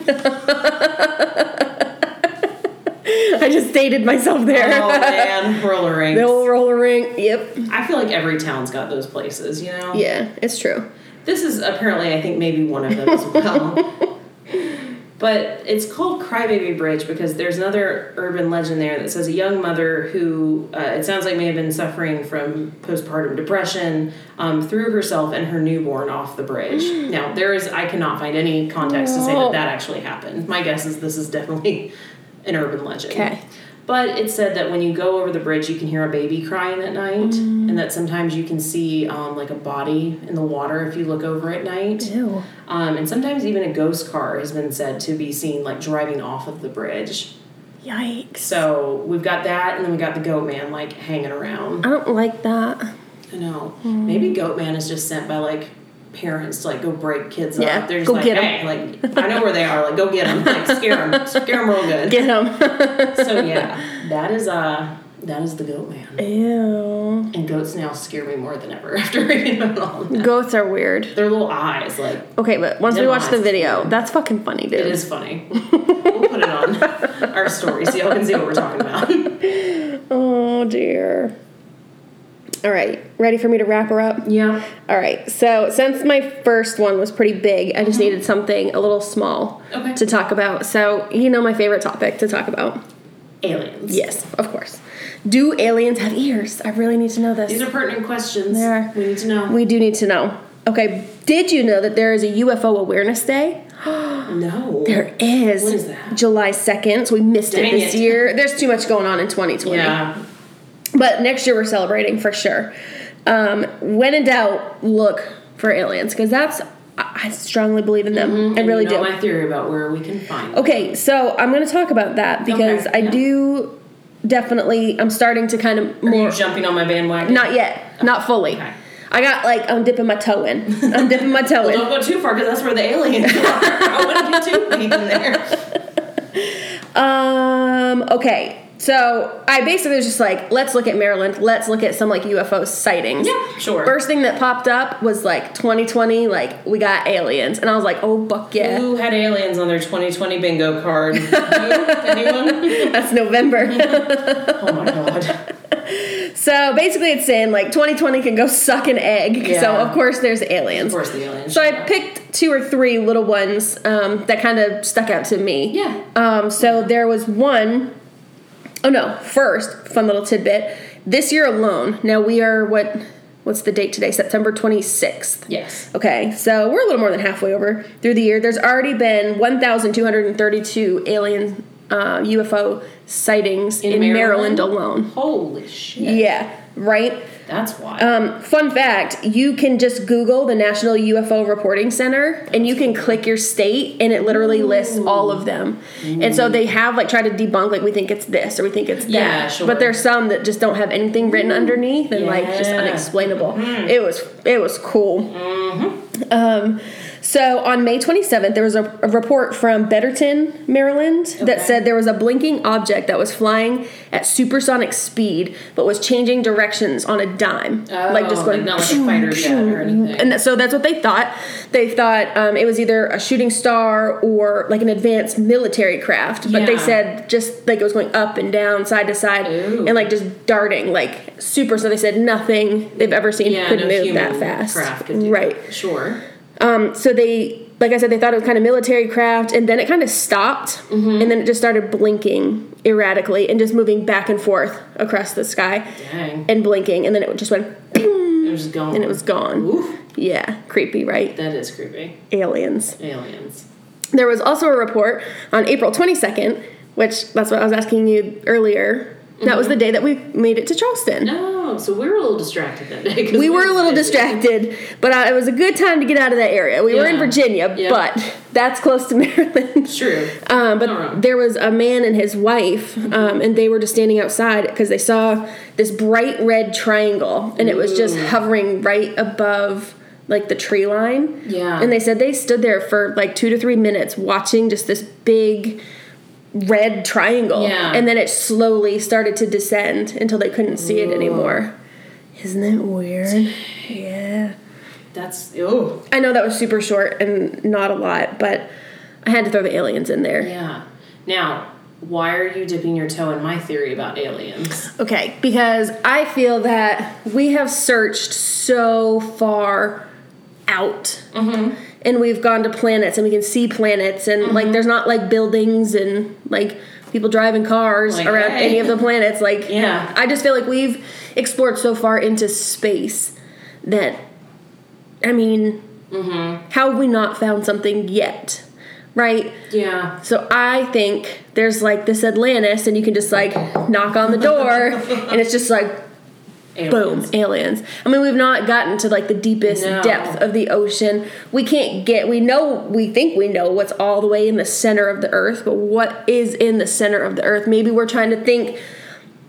I just dated myself there. oh man, roller rinks? the old roller rink. Yep. I feel like every town's got those places, you know. Yeah, it's true. This is apparently, I think, maybe one of them as well. But it's called Crybaby Bridge because there's another urban legend there that says a young mother who uh, it sounds like may have been suffering from postpartum depression um, threw herself and her newborn off the bridge. now there is I cannot find any context to say that No. that actually happened. My guess is this is definitely an urban legend. Okay. But it said that when you go over the bridge, you can hear a baby crying at night, Mm. and that sometimes you can see um, like a body in the water if you look over at night. Ew. Um, and sometimes even a ghost car has been said to be seen like driving off of the bridge. Yikes. So we've got that, and then we got the goat man like hanging around. I don't like that. I know. Mm. Maybe goat man is just sent by like parents to like go break kids Yeah, up. They're just go like, get 'em. hey, like I know where they are. Like go get them. Like scare them, scare them real good. Get him. so yeah, that is uh that is the goat man. Ew. And goats now scare me more than ever after reading about all that. Goats are weird. Their little eyes, like Okay, but once we Them watch the eyes. video, that's fucking funny, dude. It is funny. we'll put it on our story so y'all can see what we're talking about. Oh dear. All right, ready for me to wrap her up? Yeah. All right. So since my first one was pretty big, I just needed something a little small Mm-hmm. Okay. to talk about. So you know my favorite topic to talk about. Aliens. Yes, of course. Do aliens have ears? I really need to know this. These are pertinent questions. They are. We need to know. we do need to know. Okay. Did you know that there is a UFO Awareness Day? no. There is. When is that? July 2nd. So we missed Dang it this it. year. There's too much going on in 2020. Yeah. But next year we're celebrating for sure. Um, when in doubt, look for aliens because that's I I strongly believe in them. I Mm-hmm. And really you know do. my theory about where we can find them. okay, so I'm going to talk about that because Okay, I yeah. do definitely. I'm starting to kind of Are more. you jumping on my bandwagon? Not yet. Not fully. Okay. I got like I'm dipping my toe in. I'm dipping my toe in. Don't go too far because that's where the aliens are. I wouldn't get too deep in there. Um. Okay. So I basically was just like, let's look at Maryland. Let's look at some like UFO sightings. Yeah, sure. First thing that popped up was like 2020. Like we got aliens, and I was like, oh fuck yeah, Who had aliens on their 2020 bingo card? Who? Anyone? that's November. Oh my god. so basically, it's saying like 2020 can go suck an egg. So Yeah. of course there's aliens. Of course, the aliens. So I picked two or three little ones um, that kind of stuck out to me. Yeah. Um, so there was one oh no! First, fun little tidbit. This year alone. Now we are what? What's the date today? September twenty sixth. Yes. Okay, so we're a little more than halfway over through the year. There's already been 1,232 alien uh, UFO sightings in, In Maryland? Maryland? alone. Holy shit. Yeah, right? That's why. Um, fun fact you can just Google the National UFO Reporting Center and you can click your state and it literally lists all of them. And so they have like tried to debunk, like, we think it's this or we think it's that. Yeah, sure. But there's some that just don't have anything written underneath and like just Yeah. Mm-hmm. unexplainable. It was it was cool. Um, so on May 27th, there was a, a report from Betterton, Maryland, that Okay. said there was a blinking object that was flying at supersonic speed, but was changing directions on a dime, oh, like just going. not like a fighter jet or anything. and that, so that's what they thought. They thought um, it was either a shooting star or like an advanced military craft, but they Yeah. said just like it was going up and down, side to side, Ooh. and like just darting, like super. So they said nothing they've ever seen yeah, could no move human that fast, Craft could do that. right? Sure. Um, so they, like I said, they thought it was kind of military craft, and then it kind of stopped, Mm-hmm. and then it just started blinking erratically and just moving back and forth across the sky Dang. and blinking, and then it just went ping, it was gone. and it was gone. Oof. Yeah, creepy, right? That is creepy. Aliens. Aliens. There was also a report on April 22nd, which that's what I was asking you earlier. That Mm-hmm. was the day that we made it to Charleston. No, so we were a little distracted that day. 'cause We were a little busy. distracted, but uh, it was a good time to get out of that area. We were in Yeah. Virginia, Yeah. but that's close to Maryland. True. Um, but All right. there was a man and his wife, um, and they were just standing outside because they saw this bright red triangle, and it was just hovering right above like the tree line. Yeah. And they said they stood there for like two to three minutes watching just this big red triangle. Yeah. And then it slowly started to descend until they couldn't see it anymore. Isn't that weird? Yeah. That's oh I know that was super short and not a lot, but I had to throw the aliens in there. yeah. Now, why are you dipping your toe in my theory about aliens? Okay, because I feel that we have searched so far out. Mm-hmm. And we've gone to planets and we can see planets and like there's not like buildings and like people driving cars Like, around hey. any of the planets like Yeah. I just feel like we've explored so far into space that I mean Mm-hmm. how have we not found something yet? Right? Yeah. So I think there's like this Atlantis, and you can just like knock on the door, and it's just like boom, Aliens. aliens. I mean, we've not gotten to like the deepest No. depth of the ocean. We can't get. We know. We think we know what's all the way in the center of the Earth, but what is in the center of the Earth? Maybe we're trying to think.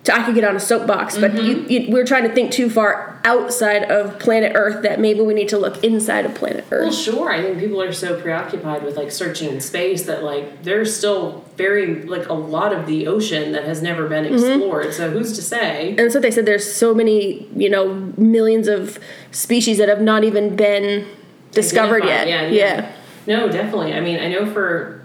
To, I could get on a soapbox, but Mm-hmm. you, you, we're trying to think too far outside of planet Earth that maybe we need to look inside of planet Earth. Well, sure. I think people are so preoccupied with like searching space that like there's still very like a lot of the ocean that has never been Mm-hmm. explored. So who's to say? and so they said there's so many you know millions of species that have not even been discovered yet Identified, Yeah, yeah. No, definitely. I mean, I know for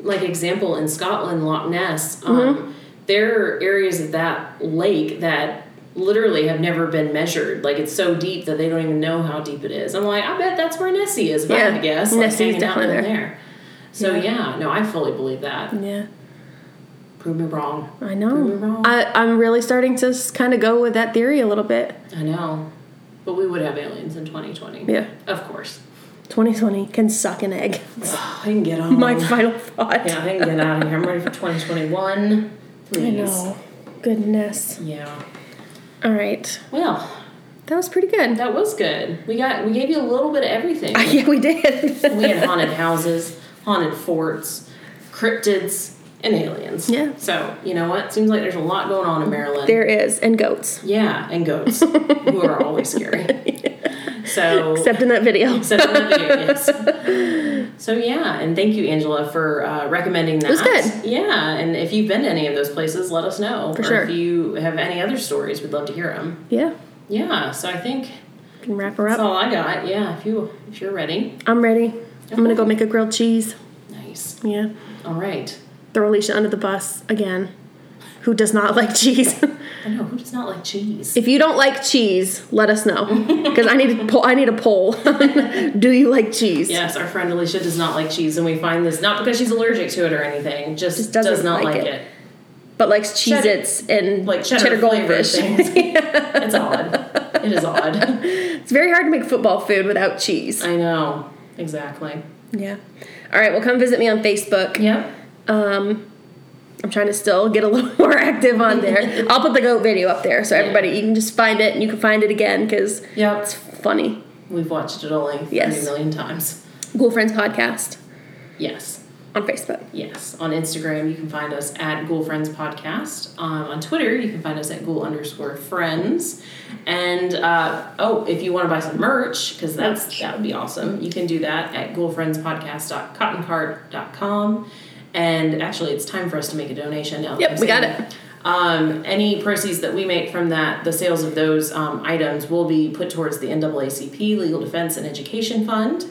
like example in Scotland, Loch Ness, um, Mm-hmm. there are areas of that lake that literally have never been measured. Like it's so deep that they don't even know how deep it is. I'm like, I bet that's where Nessie is. If I had to Yeah, guess like, Nessie's hanging out definitely in there. So yeah. no, I fully believe that. yeah, yeah. Prove me wrong. i You're know wrong. I, i'm really starting to kind of go with that theory a little bit I know, but we would have aliens in 2020. yeah of course. 2020 can suck an egg I can get on. my final thought Mm. yeah, I can get out of here. I'm ready for 2021. Please. i know goodness Yeah. all right Well, that was pretty good that was good. We got we gave you a little bit of everything. yeah we did we had haunted houses, haunted forts, cryptids, and aliens. Yeah. So you know what? Seems like there's a lot going on in Maryland. there is and goats yeah, and goats who are always scary. So except in that video it except for the video, yes. So yeah, and thank you, Angela, for uh, recommending that. was good. Yeah, and if you've been to any of those places, let us know. For or sure. If you have any other stories, we'd love to hear them. yeah Yeah. So I think can wrap her that's up all I got. Yeah. If you if you're ready, i'm ready i'm gonna go make a grilled cheese nice. yeah All right. throw Alicia under the bus again, who does not like cheese. I know who does not like cheese. if you don't like cheese, let us know because I need to poll. I need a poll. Do you like cheese? Yes, our friend Alicia does not like cheese, and we find this not because she's allergic to it or anything, just, Just doesn't does not like like, it. it. But likes Cheez-Its and Like cheddar, cheddar flavored goldfish. things. It's odd. It is odd. It's very hard to make football food without cheese. I know. Exactly. Yeah. All right. Well, come visit me on Facebook. Yep. Um, I'm trying to still get a little more active on there. I'll put the goat video up there so Yeah. everybody you can just find it and you can find it again because Yep. it's funny. We've watched it all like Yes. a million times. Ghoul Friends podcast Yes. on Facebook. Yes. On Instagram, you can find us at Ghoul Friends Podcast. Um, on Twitter, you can find us at Ghoul underscore Friends. And uh, oh, if you want to buy some merch, because that's that would be awesome, you can do that at ghoulfriendspodcast.cottoncart.com. And actually, it's time for us to make a donation now. that Yep, I'm we got saying it. Um, any proceeds that we make from that, the sales of those um, items will be put towards the NAACP Legal Defense and Education Fund.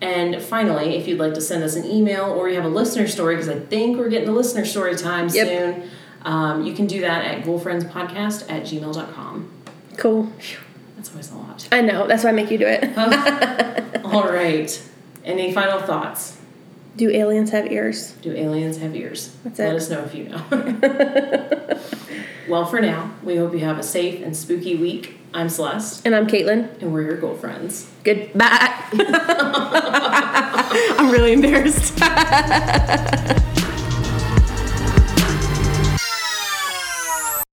And finally, if you'd like to send us an email or you have a listener story, because I think we're getting to listener story time Yep. soon, um, you can do that at ghoulfriendspodcast at gmail.com. Cool. That's always a lot. I know. That's why I make you do it. All right. Any final thoughts? Do aliens have ears? Do aliens have ears? That's Let it. us know if you know. well, for now, we hope you have a safe and spooky week. I'm Celeste, And I'm Caitlin. and we're your girlfriends. Goodbye. I'm really embarrassed.